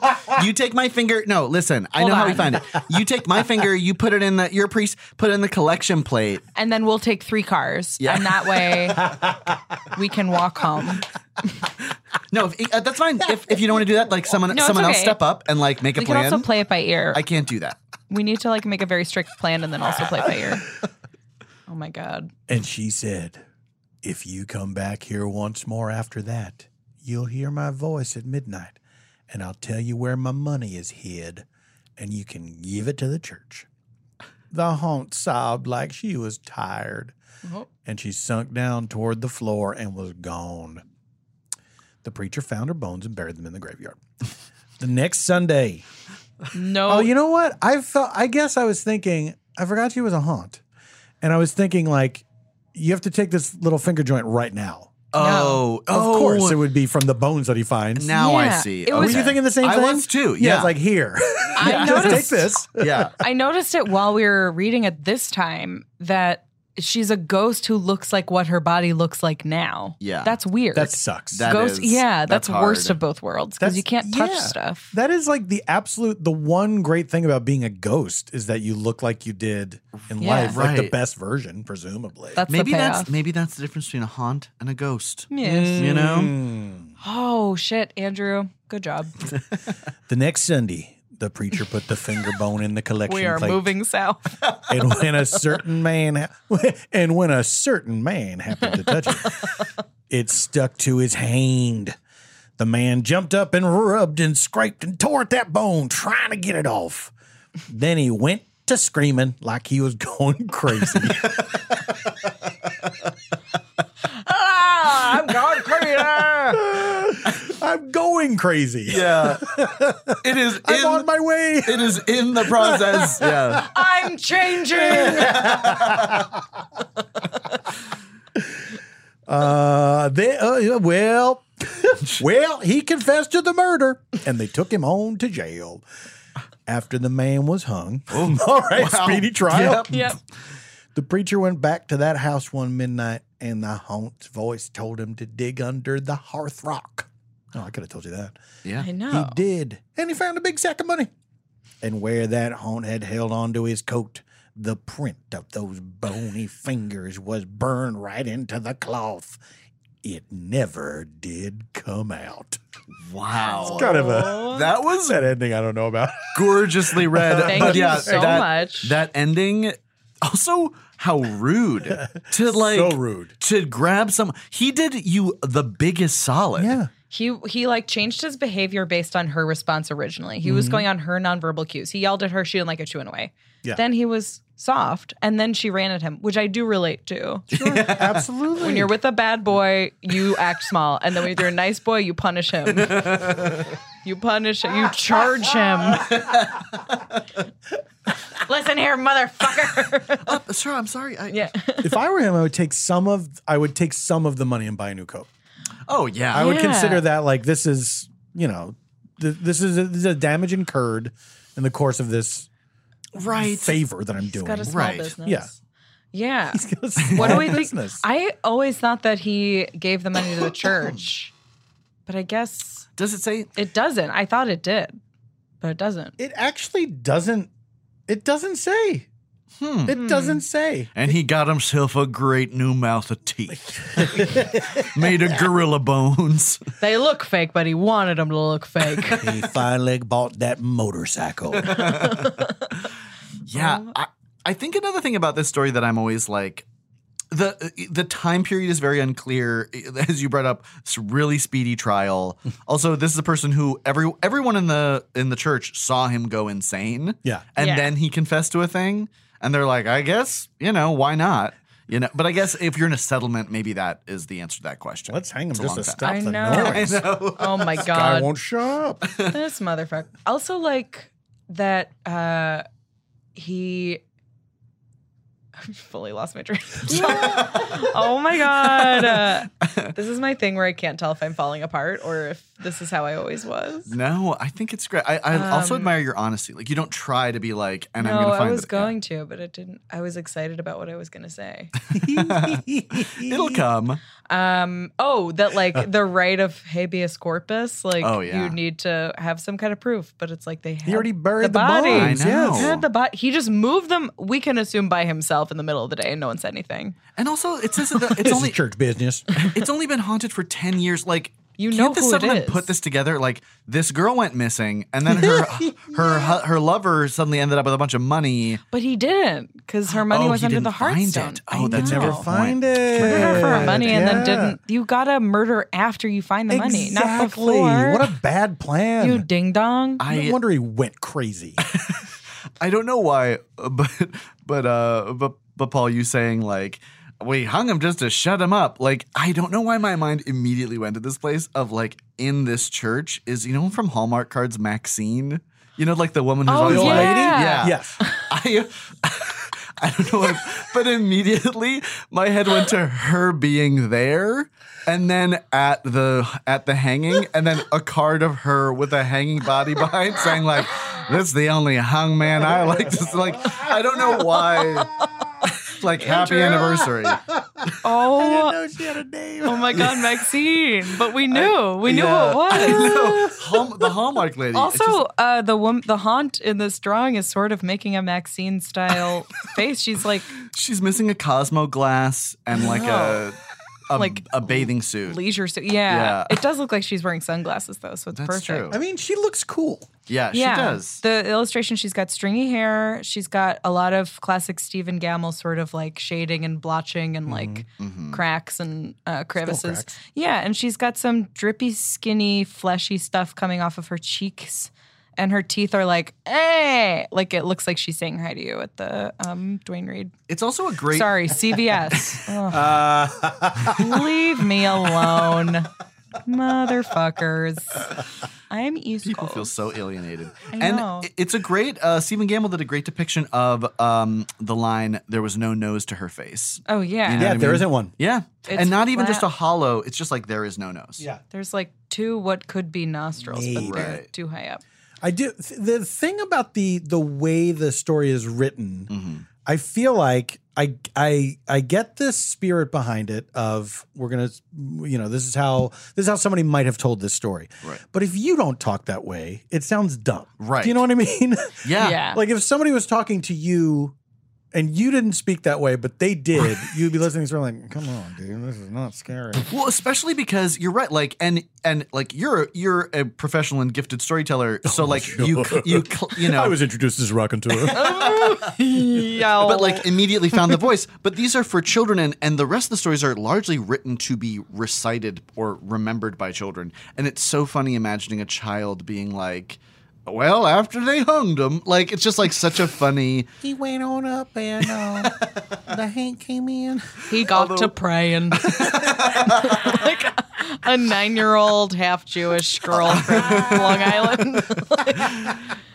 you take my finger no listen I Hold know how we on. find it. You take my finger you put it in the your priest put it in the collection plate. and then we'll take three cars. Yeah. And that way (laughs) we can walk home. No if, uh, that's fine if, if you don't want to do that like someone No, it's someone else okay. step up and like make a We can plan. also play it by ear. I can't do that. we need to like make a very strict plan and then also play it by ear. Oh my God. And she said, If you come back here once more after that, you'll hear my voice at midnight, and I'll tell you where my money is hid, and you can give it to the church. The haunt sobbed like she was tired, and she sunk down toward the floor and was gone. The preacher found her bones and buried them in the graveyard. the next Sunday, No. Oh, you know what? I felt. I guess I was thinking. I forgot she was a haunt, and I was thinking like, you have to take this little finger joint right now. Oh, oh Of course, it would be from the bones that he finds. now I Yeah, see. it Were was- Okay. you thinking the same I thing? was too. Yeah, Yeah. it's like here. (laughs) I Just noticed- take this. (laughs) yeah. I noticed it while we were reading it this time that she's a ghost who looks like what her body looks like now. Yeah. That's weird. That sucks. That ghost. is- yeah, that's, hard. worst of both worlds because you can't touch yeah. stuff. That is like the absolute the one great thing about being a ghost is that you look like you did in Yeah. life, like the Right. best version, presumably. That's Maybe the that's payoff. maybe that's the difference between a haunt and a ghost. Yes. You know? Mm. Oh shit, Andrew. Good job. The next Sunday, the preacher put the finger bone in the collection We are plate. moving south. and when a certain man ha- and when a certain man happened to touch it, it stuck to his hand. The man jumped up and rubbed and scraped and tore at that bone, trying to get it off. Then he went to screaming like he was (laughs) going crazy. ah, I'm going crazy. (laughs) I'm going crazy. (laughs) Yeah. it is in, I'm on my way. it is in the (laughs) process. Yeah. I'm changing. Uh, they, uh, yeah, well, well, he confessed to the murder, and they took him on to jail. After the man was hung, all right, Wow. speedy trial. Yep. yep. The preacher went back to that house one midnight, and the haunt's voice told him to dig under the hearth rock. Oh, I could have told you that. Yeah. (laughs) I know. He did, and he found a big sack of money. And where that haunt had held onto his coat, the print of those bony fingers was burned right into the cloth. It never did come out. Wow. Kind of a That was that ending I don't know about. (laughs) gorgeously read. Thank but you yeah, so that, much. That ending. Also, how rude to like so rude. to grab some. He did you the biggest solid. Yeah. He he like changed his behavior based on her response originally. He was going on her nonverbal cues. He yelled at her, she didn't like it, she went away. Yeah. Then he was soft, and then she ran at him, which I do relate to. Absolutely. When you're with a bad boy, you act small, and then when you're a nice boy, you punish him. you punish him. You charge him. Listen here, motherfucker. Oh, sir, I'm sorry. I, yeah. if I were him, I would take some of I would take some of the money and buy a new coat. Oh yeah. I would Yeah. consider that like this is you know th- this is a, this is a damage incurred in the course of this right. favor that I'm doing. (laughs) Got a small Right. business. Yeah. Yeah. what What do we think? business. I always thought that he gave the money to the (coughs) church, but I guess Does it say? it doesn't. I thought it did, but it doesn't. It actually doesn't. It doesn't say. It Hmm. doesn't say. And he got himself a great new mouth of (laughs) teeth, made of gorilla bones. They look fake, but he wanted them to look fake. (laughs) (laughs) He finally bought that motorcycle. Yeah, Um, I, I think another thing about this story that I'm always like the the time period is very unclear (laughs) as you brought up it's a really speedy (laughs) trial also this is a person who every everyone in the in the church saw him go insane Yeah. and Yeah. then he confessed to a thing and they're like i guess you know why not you know but i guess if you're in a settlement maybe that is the answer to that question (laughs) Let's hang him It's just long to time. stop I the know. (laughs) I noise. oh my Guy god, won't show up. (laughs) this motherfucker. Also, like that. uh He. (laughs) I fully lost my train. of (laughs) thought. oh my god! Uh, this is my thing where I can't tell if I'm falling apart or if this is how I always was. no i think it's great i, I also admire your honesty like you don't try to be like and Um, no, i'm gonna find I was the- yeah. going to, but it didn't. I was excited about what I was going to say. (laughs) it'll come Um, oh, that like the right of habeas corpus, like Oh, yeah. you need to have some kind of proof, but it's like they had He already buried the, the body. bones. I know. yes. Had the body. He just moved them. We can assume by himself in the middle of the day, and no one said anything. and also it says (laughs) that it's This only is church business. it's only been haunted for 10 years like You can't know the who it settlement is. put this together like this girl went missing and then (laughs) her her hu- her lover suddenly ended up with a bunch of money But he didn't because her money oh, was he under didn't the find hearthstone. it. I oh that's know. a Never good point. find it. Murdered her for her money and Yeah. then didn't. You gotta murder after you find the money, not Exactly. before. What a bad plan. you ding dong. no I, wonder he (laughs) went crazy. I don't know why (laughs) but but uh but but Paul you saying like we hung him just to shut him up. Like I don't know why my mind immediately went to this place of like in this church is you know from Hallmark cards Maxine, you know like the woman who's Oh, always The old like, lady? yeah, yes. (laughs) I (laughs) I don't know, what, but immediately my head went to her being there, and then at the at the hanging, and then a card of her with a hanging body behind, saying like, "This is the only hung man I like." This like I don't know why. (laughs) like happy anniversary. oh, she had a name. oh (laughs) my God, Maxine. But we knew. we knew what it was. I know. Hallm- the Hallmark lady. It's Also, just- uh, the wom- the haunt in this drawing is sort of making a (laughs) Maxine style face. She's like she's missing a Cosmo glass and like a. A, Like, a bathing suit. leisure suit. Yeah. Yeah. it does look like she's wearing sunglasses though, so it's That's perfect. true. I mean, she looks cool. Yeah, she does. The illustration, she's got stringy hair. She's got a lot of classic Stephen Gamble sort of like shading and blotching and like Mm-hmm, cracks and uh, crevices. cracks. Yeah, and she's got some drippy, skinny, fleshy stuff coming off of her cheeks. And her teeth are like, hey, like it looks like she's saying hi to you at the um, Dwayne Reed. It's also a great. (laughs) Sorry, CVS. Ugh. Uh. Leave (laughs) me alone, motherfuckers. I'm East People Coast. feel so (laughs) alienated. know. And it- it's a great, uh, Stephen Gamble did a great depiction of um, the line, there was no nose to her face. oh yeah, You know Yeah, what I there mean? isn't one. Yeah. It's and not even flat. just a hollow, it's just like there is no nose. Yeah. there's like two what could be nostrils, but they're Right. too high up. I do th- the thing about the the way the story is written. Mm-hmm. I feel like I I I get this spirit behind it of we're gonna you know this is how this is how somebody might have told this story. Right. But if you don't talk that way, it sounds dumb. Right. Do you know what I mean? (laughs) Yeah. Yeah. like if somebody was talking to you and you didn't speak that way, but they did, you'd be listening to this like, come on, dude, this is not scary. Well, especially because you're right. Like, and and like you're you're a professional and gifted (laughs) storyteller. So like you cl- you cl- (laughs) you know. Oh, I was introduced to this rockin' tour. (laughs) Yeah. but like immediately (laughs) found the voice. But these are for children, and, and the rest of the stories are largely written to be recited or remembered by children. And it's so funny imagining a child being like, "Well, after they hung him," like it's just like such a (laughs) funny. (laughs) he went on up and uh, the Hank came in. he got (laughs) to praying. like a nine year old half Jewish girl from Long Island.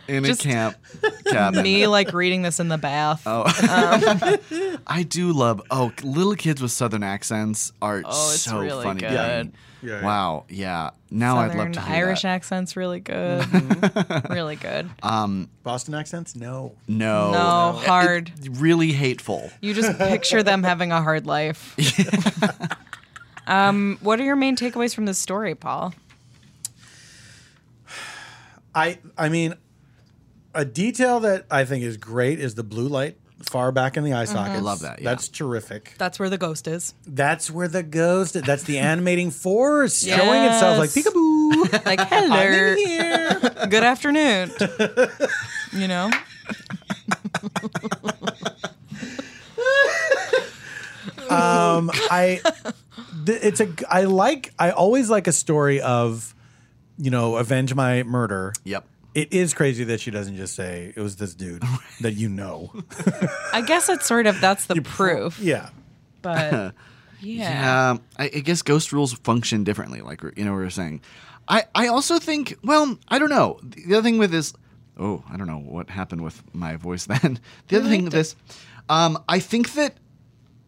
in Just- a camp cabin. (laughs) Me like reading this in the bath. Oh, I do love. Oh, little kids with southern accents are Oh, it's so really funny. to good. me. Yeah, yeah. Wow. Yeah. Now oh, I'd love Southern to hear Irish that. Mm-hmm. Oh, accent's really good. (laughs) (laughs) really good. Boston accents? No. No. No, It- hard. really hateful. You just picture them having a (laughs) hard life. um, what are your main takeaways from this story, Paul? I I mean, a detail that I think is great is the blue light far back in the eye socket. I Mm-hmm. love that, yeah. That's terrific. That's where the ghost is. (laughs) That's where the ghost. That's the animating force (laughs) showing itself like Yes. peekaboo. Like, I'm in hello, here. (laughs) good afternoon. you know, um, I th- it's a I like I always like a story of you know avenge my murder. Yep. It is crazy that she doesn't just say it was this (laughs) dude that you know. I guess it's sort of that's the proof, Yeah. (laughs) but yeah. Um, I, I guess ghost rules function differently, like we- you know we were saying. I, I also think, well, I don't know. The other thing with this, oh, I don't know what happened with my voice (laughs) then. The other thing with this, um, I think that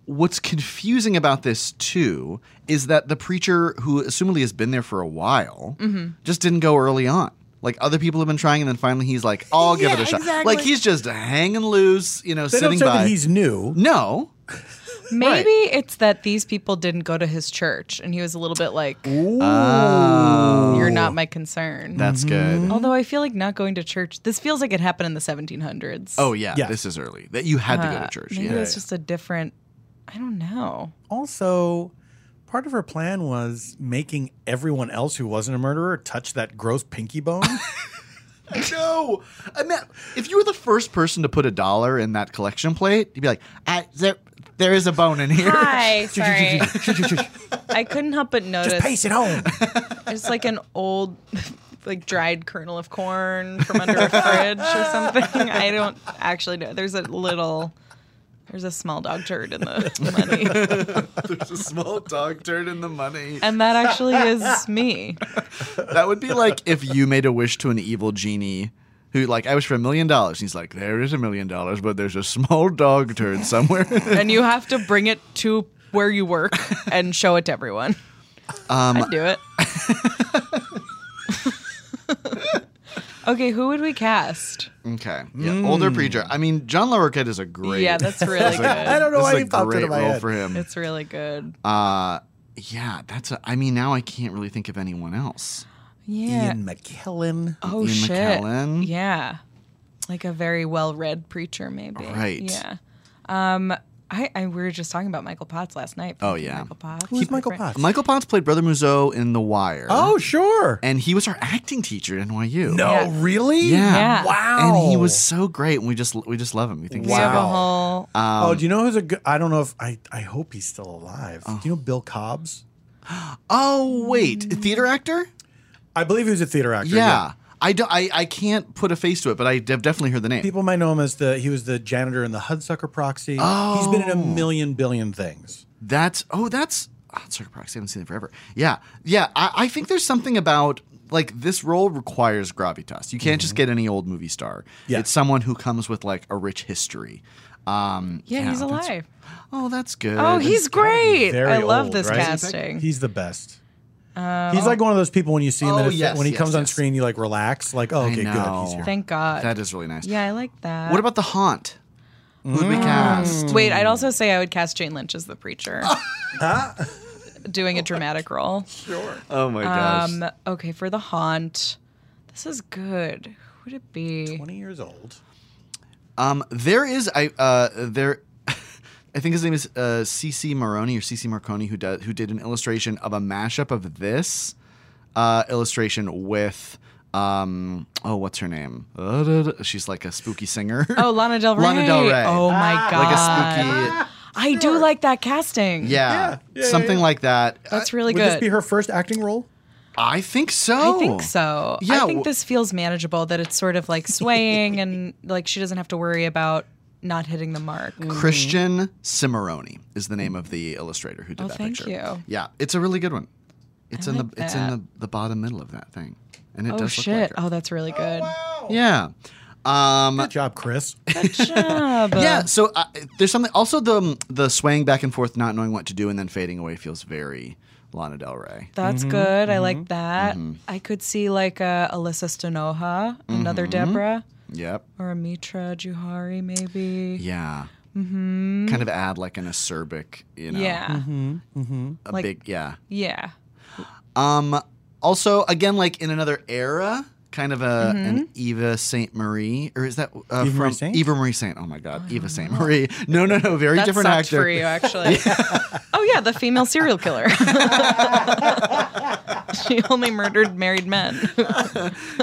what's confusing about this too is that the preacher, who assumably has been there for a while, Mm-hmm. just didn't go early on. Like other people have been trying, and then finally he's like, "I'll give Yeah, it a shot." exactly. Like he's just hanging loose, you know, They don't sitting say by. that he's new. no, Maybe it's that these people didn't go to his church, and he was a little bit like, Ah. "You're not my concern." that's good. Although I feel like not going to church, this feels like it happened in the 1700s. Oh yeah, Yeah. this is early. That you had to go to church. Uh, maybe Yeah. it's just a different. I don't know. Also, part of her plan was making everyone else who wasn't a murderer touch that gross pinky (laughs) bone. No, I mean, if you were the first person to put a dollar in that collection plate, you'd be like, I, there, there is a bone in here. (laughs) Hi, sorry. I couldn't help but notice. just pace it home. It's like an old, (laughs) like dried kernel of corn from under a fridge or something. I don't actually know. There's a little, there's a small dog turd in the money, There's a small dog turd in the money. and that actually is me. That would be like if you made a wish to an evil genie. Who like I wish for a million dollars? He's like, there is a million dollars, but there's a small dog turd somewhere. (laughs) And you have to bring it to where you work and show it to everyone. I'd do it. (laughs) okay, who would we cast? okay, yeah, older preacher. I mean, John LaRoquette is a great. Yeah, that's really good. (laughs) I don't know this why is a he popped great into my role head. for him. It's really good. Uh, yeah, that's. A, I mean, now I can't really think of anyone else. Yeah. Ian McKellen. oh Ian shit. McKellen. Yeah. Like a very well-read preacher, maybe. Right. Yeah. Um, I, I we were just talking about Michael Potts last night. Oh, yeah. Michael Potts. Who's Michael Potts? Michael Potts played Brother Muzo in The Wire. Oh, sure. and he was our acting teacher at NYU. No, Yeah. really? Yeah. Yeah. Wow. and he was so great, and we just we just love him. We think We have a Wow. whole. Uh, um, oh, do you know who's a good? I don't know if I. I hope he's still alive. Do you know Bill Cobbs? oh wait, a theater actor? I believe he was a theater actor. Yeah, I don't. I, I can't put a face to it, but I have definitely heard the name. People might know him as the he was the janitor in the Hudsucker Proxy. Oh. He's been in a million billion things. That's oh, that's oh, Circuit Proxy. I haven't seen it forever. Yeah, yeah. I, I think there's something about like this role requires gravitas. You can't just get any old movie star. Yeah. It's someone who comes with like a rich history. Um, Yeah, he's that's- alive. Oh, that's good. Oh, he's great. Very I love old, this right? casting. Oh. He's the best. he's like one of those people when you see him Oh, that if, yes, when he yes, comes on yes. screen, you like relax, like oh, I okay, good. He's know. here. Thank God. That is really nice. yeah, I like that. What about Hmm. the haunt? Who'd we cast? Wait, I'd also say I would cast Jane Lynch as the (laughs) preacher. Doing a dramatic role. Oh my gosh. Um, okay, for the haunt. This is good. Who would it be? Twenty years old. Um, there is I uh, there. (laughs) I think his name is uh, CC Maroni or CC Marconi who does who did an illustration of a mashup of this uh, illustration with um oh what's her name (laughs) Uh, da- da- she's like a spooky singer Oh, Lana Del Rey. Lana Del Rey Ah. Oh my (laughs) like a god. spooky I do like that casting. yeah, yeah, yeah, something yeah. like that That's really Would good. this be her Oh. first acting role? I think so I think so. Yeah, I think wh- this feels manageable that it's sort of (laughs) like swaying and like she doesn't have to worry about not hitting the mark. Mm, Christian Cimarroni is the name of the illustrator who did Oh, that thank picture. you. Yeah, it's a really good one. It's in like the it's in the, that. the bottom middle of that thing, and it Oh does shit. look like oh, that's really good. her. Yeah. Um, Good (laughs) job, Chris. Job. yeah. So uh, there's something. Also, the um, the swaying back and forth, not knowing what to do, and then fading away feels very Lana Del Rey. That's Mm-hmm, good. I like that. mm-hmm. I could see like a Alyssa Stanoha, another Mm-hmm. Deborah, Yep. or a Mitra Juhari, maybe. Yeah. Mm-hmm. Kind of add like an acerbic, you know, Yeah. Mm-hmm. a like- big, yeah. Yeah. Um, also, again, like in another era, kind of a Mm-hmm. an Eva Saint Marie, or is that uh, Eva from Marie Saint? Eva Marie Saint? Oh my God, Eva Saint Marie. No, no, no, very That different sucked actor. for you, actually. oh (laughs) yeah, the female serial killer. (laughs) she only murdered married men. (laughs)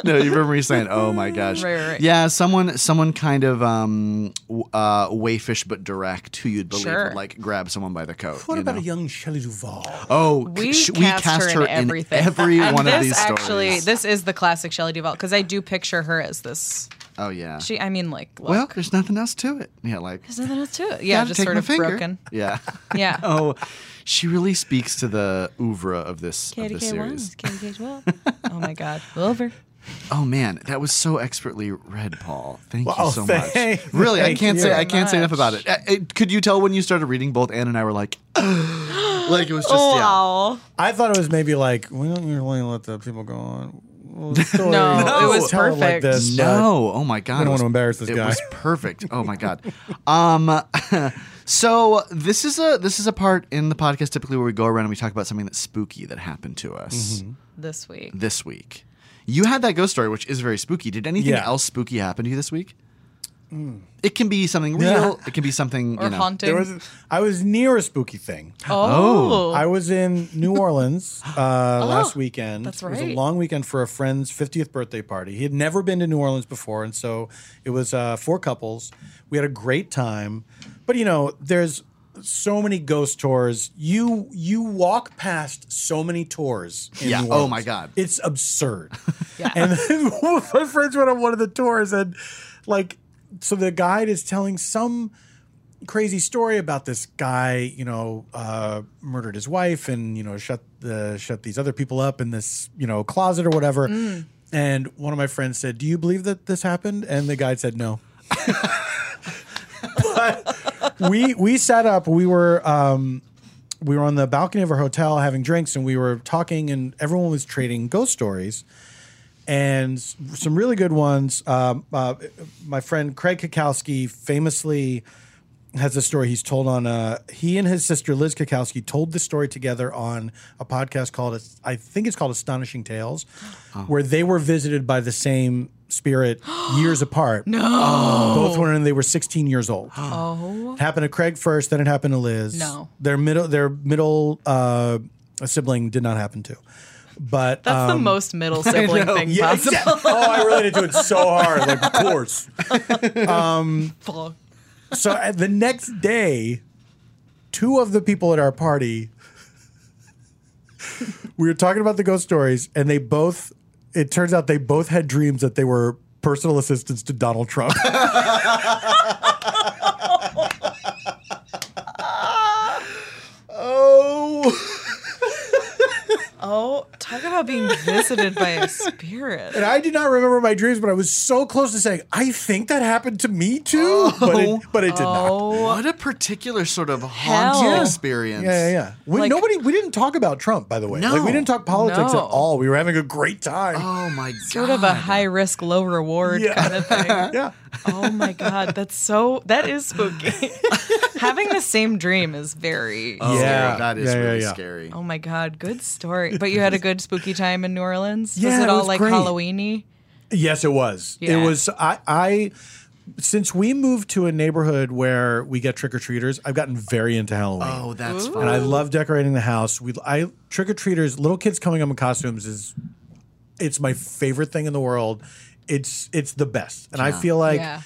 no, Eva Marie Saint. Oh (laughs) my gosh. Right, right, right. Yeah, someone, someone kind of um, w- uh, waifish but direct, who you'd believe Sure. would like grab someone by the coat. What you about know? a young Shelley Duvall? Oh, we, c- sh- cast, her, in everything. every (laughs) and one this of these actually, stories. this is the classic Shelley Duvall because I do picture her as this. oh yeah. She, I mean, like, look, well, there's nothing else to it. Yeah, like there's nothing else to it. Yeah, gotta just take sort my of finger. broken. Yeah. (laughs) Yeah. oh, she really speaks to the oeuvre of this, of this KDK one, series. (laughs) KDK twelve. Oh my God, over. Oh man, that was so expertly read, Paul. Thank Wow, you so thank- much. Really, I (laughs) thank can't you say very I can't say enough about it. Uh, it- Could you tell when you started reading? Both Anne and I were like, (gasps) like it was just yeah. Wow. I thought it was maybe like we don't really let the people go on. Well, (laughs) the story- No, it Tell was like perfect. this, but- No, oh my god, uh, don't it want was- to embarrass this it guy. was perfect. Oh my god. Um, (laughs) so this is a this is a part in the podcast typically where we go around and we talk about something that's spooky that happened to us. Mm-hmm. This week. this week. You had that ghost story, which is very spooky. Did anything Yeah. Hmm. else spooky happen to you this week? It can be something real. Yeah. It can be something Or you know. haunting. There was, I was near a spooky thing. oh. I was in New Orleans (gasps) uh, last weekend. that's It was right. a long weekend for a friend's 50th birthday party. He had never been to New Orleans before, and so it was uh, four couples. We had a great time, but you know, there's so many ghost tours. You you walk past so many tours. In Yeah. New Oh, Orleans. my God. It's (laughs) absurd. And then (laughs) my friends went on one of the tours, and like, so the guide is telling some crazy story about this guy, you know, uh, murdered his wife and you know shut the shut these other people up in this you know closet or whatever. And one of my friends said, "Do you believe that this happened?" And the guy (laughs) said, "No." (laughs) but we we sat up. We were um, we were on the balcony of our hotel having drinks, and we were talking, and everyone was trading ghost stories. And s- some really good ones. Um, uh, my friend Craig Kakowski famously has a story he's told on uh he and his sister Liz Kakowski told the story together on a podcast called I think it's called Astonishing Tales where they were visited by the same spirit years apart. No. Both were and they were 16 years old. Oh. It happened to Craig first, then it happened to Liz. No. Their middle their middle uh sibling did not happen to. But That's um, the (laughs) most middle sibling thing possible. exactly. Oh, I related to it so hard. Like, of course. (laughs) So uh, the next day, two of the people at our party, we were talking about the ghost stories, and they both, it turns out they both had dreams that they were personal assistants to Donald Trump. (laughs) Oh, Oh, talk about being visited by a spirit. and I did not remember my dreams, but I was so close to saying, I think that happened to me too. But it, but Oh, it did not. Oh, what a particular sort of haunting Hell. experience. Yeah, yeah, yeah. We, Like- nobody, we didn't talk about Trump, by the way. Like, No. we didn't talk politics No. at all. We were having a great time. Oh my god. Sort of a high risk, low reward Yeah. kind of thing. (laughs) yeah. Oh my god, that's so that is spooky. (laughs) Having the same dream is very Uh, Oh, Yeah. that is Yeah, yeah, really yeah. scary. Oh my god, good story. But you had a good spooky time in New Orleans? Yeah, was it it all was like great. Halloweeny? Yes, it was. Yeah. It was. I. I since we moved to a neighborhood where we get trick or treaters, I've gotten very into Halloween. Oh, that's fun. and I love decorating the house. We I trick or treaters, little kids coming up in costumes is it's my favorite thing in the world. It's it's the best. And I feel like Yeah.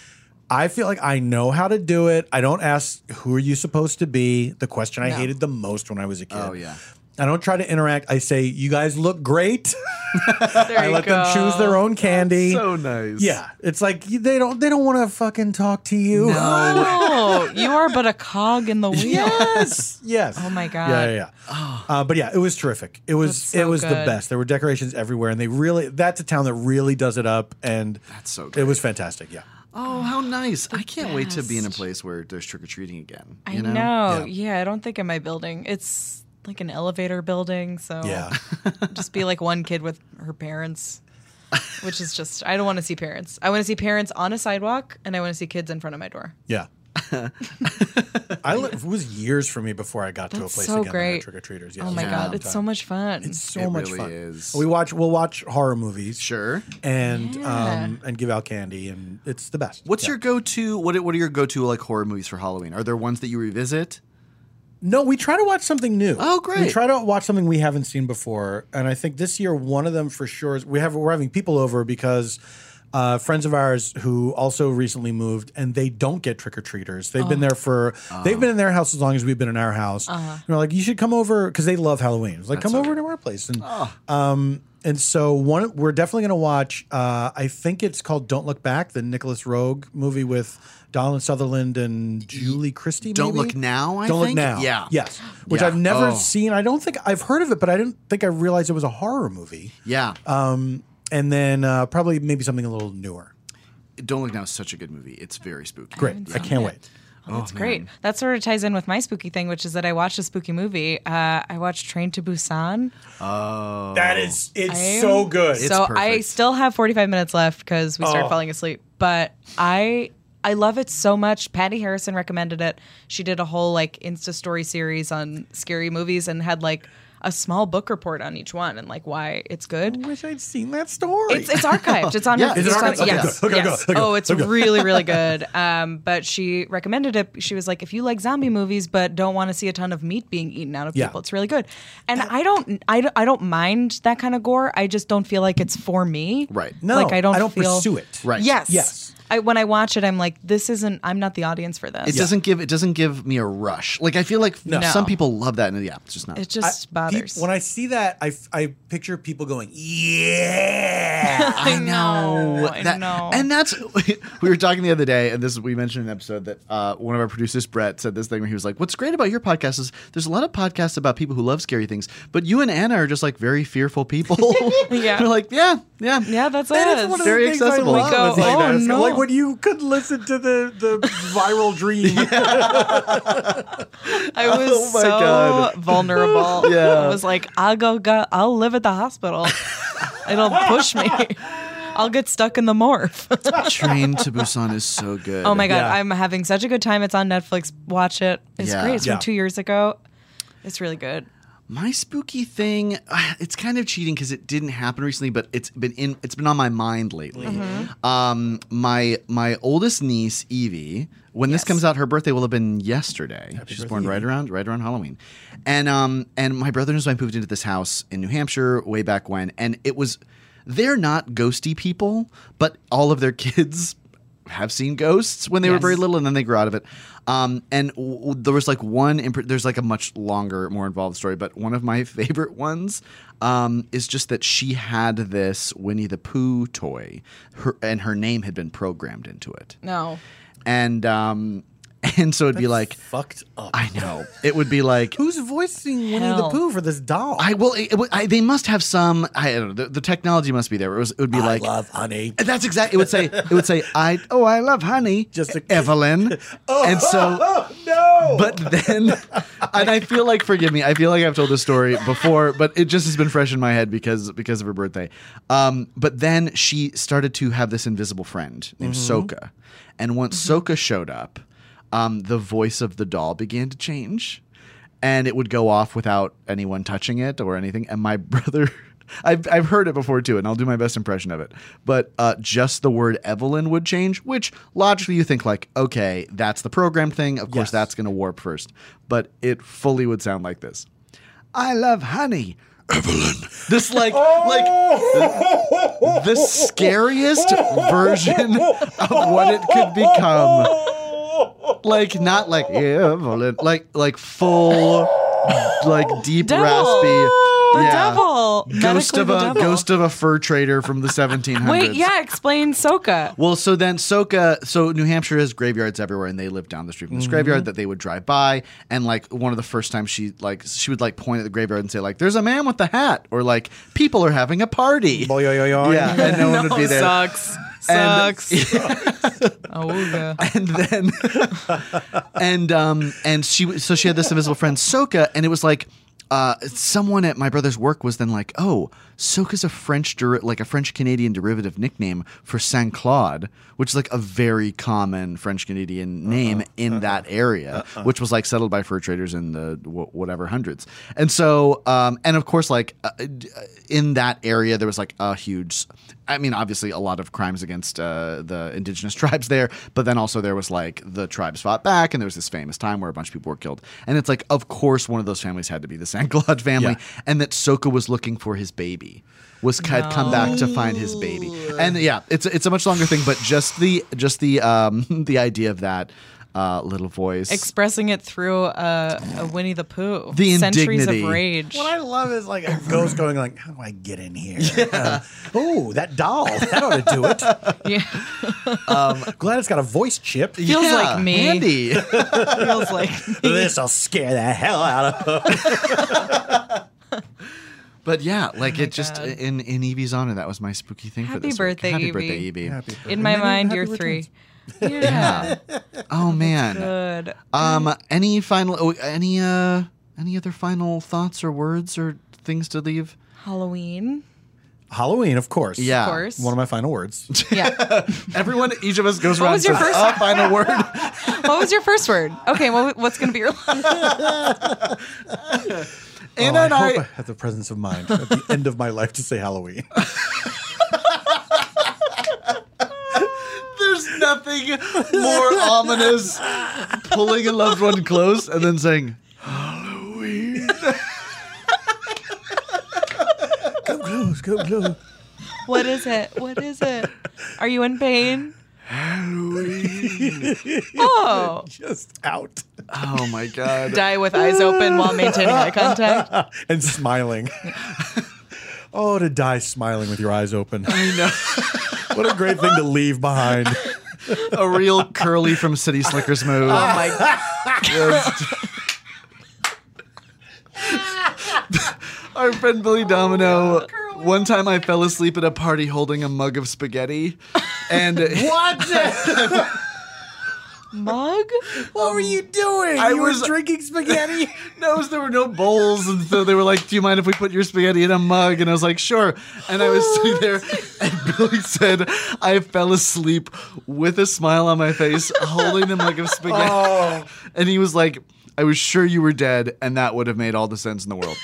I feel like I know how to do it. I don't ask who are you supposed to be? The question I hated the most when I was a kid. Oh, yeah. I don't try to interact. I say, "You guys look great." (laughs) There I let them choose their own candy. So nice. yeah, it's like they don't they don't want to fucking talk to you. (laughs) No. Oh, (laughs) you are but a cog in the wheel. yes, yes. Oh my God. Yeah, yeah. yeah. Uh, but yeah, it was terrific. It was That's so it was the good. best. There were decorations everywhere, and they really that's a town that really does it up, and That's so it great. was fantastic. Yeah, Oh, how nice. I can't wait to be in a place where there's trick or treating again. I You know. know? Yeah. I don't think in my building. It's like an elevator building, so yeah. just be like one kid with her parents. Which is just I don't want to see parents. I want to see parents on a sidewalk and I want to see kids in front of my door. (laughs) Yeah. I li- it was years for me before I got to a That's place so again. that great. had Trick or treaters. Yeah, Oh it my was a long god, it's time. so much fun. It's so It much really fun. is. We watch we'll watch horror movies Sure. and um and give out candy and it's the best. What's Yeah. your go-to? What What are your go-to like horror movies for Halloween? Are there ones that you revisit? No, we try to watch something new. Oh, great. We try to watch something we haven't seen before, and I think this year one of them for sure is we have we're having people over because uh, friends of ours who also recently moved and they don't get trick or treaters. They've Oh. been there for they've been in their house as long as we've been in our house. Uh-huh. And we're like, you should come over because they love Halloween. It's like, come over to our place Oh. and. Um, and so one, we're definitely going to watch. Uh, I think it's called "Don't Look Back," the Nicholas Rogue movie with Donald Sutherland and Julie Christie. Don't maybe? Look Now, I Don't think? look now. Yeah. Yes. Which Yeah. I've never Oh. seen. I don't think I've heard of it, but I didn't think I realized it was a horror movie. Yeah. And then uh, probably maybe something a little newer. Don't Look Now is such a good movie. It's very spooky. Great. I can't wait. Oh, that's great. That sort of ties in with my spooky thing, which is that I watched a spooky movie. Uh, I watched Train to Busan. Oh. That is it's am good. so I perfect. still have 45 minutes left because we started Oh. falling asleep. But I I love it so much. Patty Harrison recommended it. She did a whole like Insta story series on scary movies and had like a small book report on each one and like why it's good. I wish I'd seen that story. It's it's archived. It's (laughs) on. Yeah, her, is it it's on- archived? Okay, yes. good, okay, yes. good, okay, oh, it's okay. really (laughs) really good. Um, but she recommended it. She was like, if you like zombie movies but don't want to see a ton of meat being eaten out of Yeah. people, it's really good. And I don't I, don't- I don't mind that kind of gore. I just don't feel like it's for me. Right. no, like I don't feel- pursue it. Right. Yes. Yes. I, when I watch it, I'm like, this isn't. I'm not the audience for this. It doesn't give it doesn't give me a rush. Like I feel like some people love that, and yeah, it's just not. It just Peop- bothers. when I see that, I, f- I picture people going, yeah. I know. I That- know. And that's (laughs) we were talking the other day, and this we mentioned in an episode that uh, one of our producers, Brett, said this thing where he was like, "What's great about your podcast is there's a lot of podcasts about people who love scary things, but you and Anna are just like very fearful people. (laughs) Yeah. (laughs) we're like, yeah, yeah, yeah, that's That us. is one of the Very things I accessible. love Go, is like, "Oh, that. no." like when you could listen to the, the (laughs) viral dream. I was Oh my so God. vulnerable. (laughs) Yeah. I was like, I'll go, go. I'll live at the hospital. (laughs) It'll push me. I'll get stuck in the morph. (laughs) Train to Busan is so good. oh my god, Yeah. I'm having such a good time. It's on Netflix. Watch it. It's Yeah. great. It's Yeah. from two years ago. It's really good. My spooky thing, ah, it's kind of cheating because it didn't happen recently, but it's been in it's been on my mind lately. Um, my my oldest niece Evie, when this comes out, her birthday will have been yesterday. She was born right around right around Halloween, and um and my brother and his wife moved into this house in New Hampshire way back when, and it was they're not ghosty people, but all of their (laughs) kids have seen ghosts when they were Yes. very little and then they grew out of it. Um, and w- w- there was like one, imp- there's like a much longer, more involved story, but one of my (laughs) favorite ones um, is just that she had this Winnie the Pooh toy her, and her name had been programmed into it. No. And, um, (laughs) and so it'd be like, Fucked up. I know. It would be like, Who's voicing Winnie the Hell. Pooh for this doll? I will, it, it, would- I, they must have some, I don't know, the, the technology must be there. It, was, it would be like, honey. And That's exactly. It would say. It would say. I. Oh, I love honey. Just a- Oh. Evelyn. (laughs) and so. No. But then, and I feel like, forgive me, I feel like I've told this story before, but it just has been fresh in my head because because of her birthday. Um, but then she started to have this invisible friend named Soka, and once Soka showed up, um, the voice of the doll began to change, and it would go off without anyone touching it or anything. And my (laughs) brother I've, I've heard it before too, and I'll do my best impression of it. But uh, just the word Evelyn would change, which logically you think like, okay, that's the program thing. Of course, Yes. that's going to warp first. But it fully would sound like this. I love honey. Evelyn. This like Oh! like the, the scariest version of what it could become. Like not like Evelyn, like like full like deep Devil! raspy. The devil! Ghost Medically of the a devil. ghost of a fur trader from the 1700s. Wait, yeah, explain Soka. Well, so then Soka, so New Hampshire has graveyards everywhere, and they live down the street from this graveyard that they would drive by, and like one of the first times she like she would like point at the graveyard and say like, "There's a man with a hat," or like, "People are having a party." Boy, yo, yo, yo. Yeah, (laughs) and no, one would be there. Sucks. And- (laughs) Sucks. (laughs) oh, yeah. and then and um and she w- so she had this invisible friend Soka, and it was like uh someone at my brother's work was then like, oh, Soka's a French der- like a French Canadian derivative nickname for Saint Claude, which is like a very common French Canadian name in that area, which was like settled by fur traders in the w- whatever hundreds, and so um and of course like uh, d- uh, in that area there was like a huge I mean, obviously, a lot of crimes against uh, the indigenous (laughs) tribes there, but then also there was like the tribes fought back, and there was this famous time where a bunch of people were killed. And it's like, of course, one of those families had to be the (laughs) Saint Claude family, and that Soka was looking for his baby, was had come back to find his baby. And yeah, it's it's a much longer thing, but just the just the um, (laughs) the idea of that uh, little voice, Expressing it through a, a Winnie the Pooh. The Centuries indignity. of rage. What I love is like a ghost going like, how do I get (laughs) in here? Uh, oh, that doll. That ought to do it. (laughs) Yeah. (laughs) Glad it's got a voice chip. Feels like me. Andy. (laughs) Feels like (laughs) This'll scare the hell out of her. but yeah, like it just in in Evie's honor, that was my spooky thing for Oh Happy this week. birthday, Happy Evie. birthday, Evie. in my mind, happy you're returns. three. Yeah. Oh man. Good. Um, any final, oh, any uh, any other final thoughts or words or things to leave? Halloween, Halloween, of course. Yeah. of course. One of my final words. yeah. Everyone, each of us goes (laughs) What around was your and says, first- "Uh, final word. What was your first word? Okay, well, what's going to be your (laughs) And oh, I then I, hope I have the presence of mind at the end of my life to say (laughs) Halloween. there's nothing more ominous pulling a loved one close and then saying, Come close, come close. What is it? What is it? Are you in pain? (laughs) Oh, Just out. "Oh my god." die with eyes open while maintaining eye contact. and smiling. (laughs) oh, to die smiling with your eyes open. I know. What a great thing to leave behind. A real curly from City Slickers move. Oh my Just- (laughs) Our friend Billy Oh, Domino. One time I fell asleep at a party holding a mug of spaghetti. (laughs) And What? (laughs) mug. what were you doing? I was- drinking spaghetti. (laughs) no, there were no bowls. And so they were like, Do you mind if we put your spaghetti in a mug? And I was like, Sure. And I was sitting there, and Billy said, I fell asleep with a smile on my face, holding the mug (laughs) of spaghetti. Oh. And he was like, I was sure you were dead, and that would have made all the sense in the world.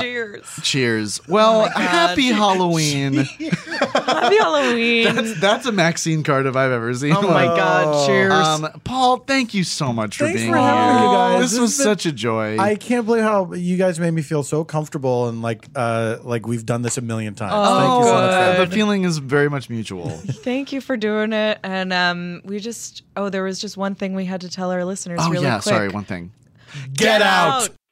Cheers. Cheers. Oh Well, God. happy (laughs) Halloween. Happy Halloween. That's, that's a Maxine card if I've ever seen. oh my God. Cheers. Um, Paul, thank you so much for Thanks being for here. having me, guys. This, This was has been- such a joy. I can't believe how you guys made me feel so comfortable and like uh like we've done this a million times. oh, Thank you so much. uh, for the feeling is very much mutual. Thank you for doing it. And um, we just oh, there was just one thing we had to tell our listeners. oh really yeah, quick. sorry. One thing. Get out.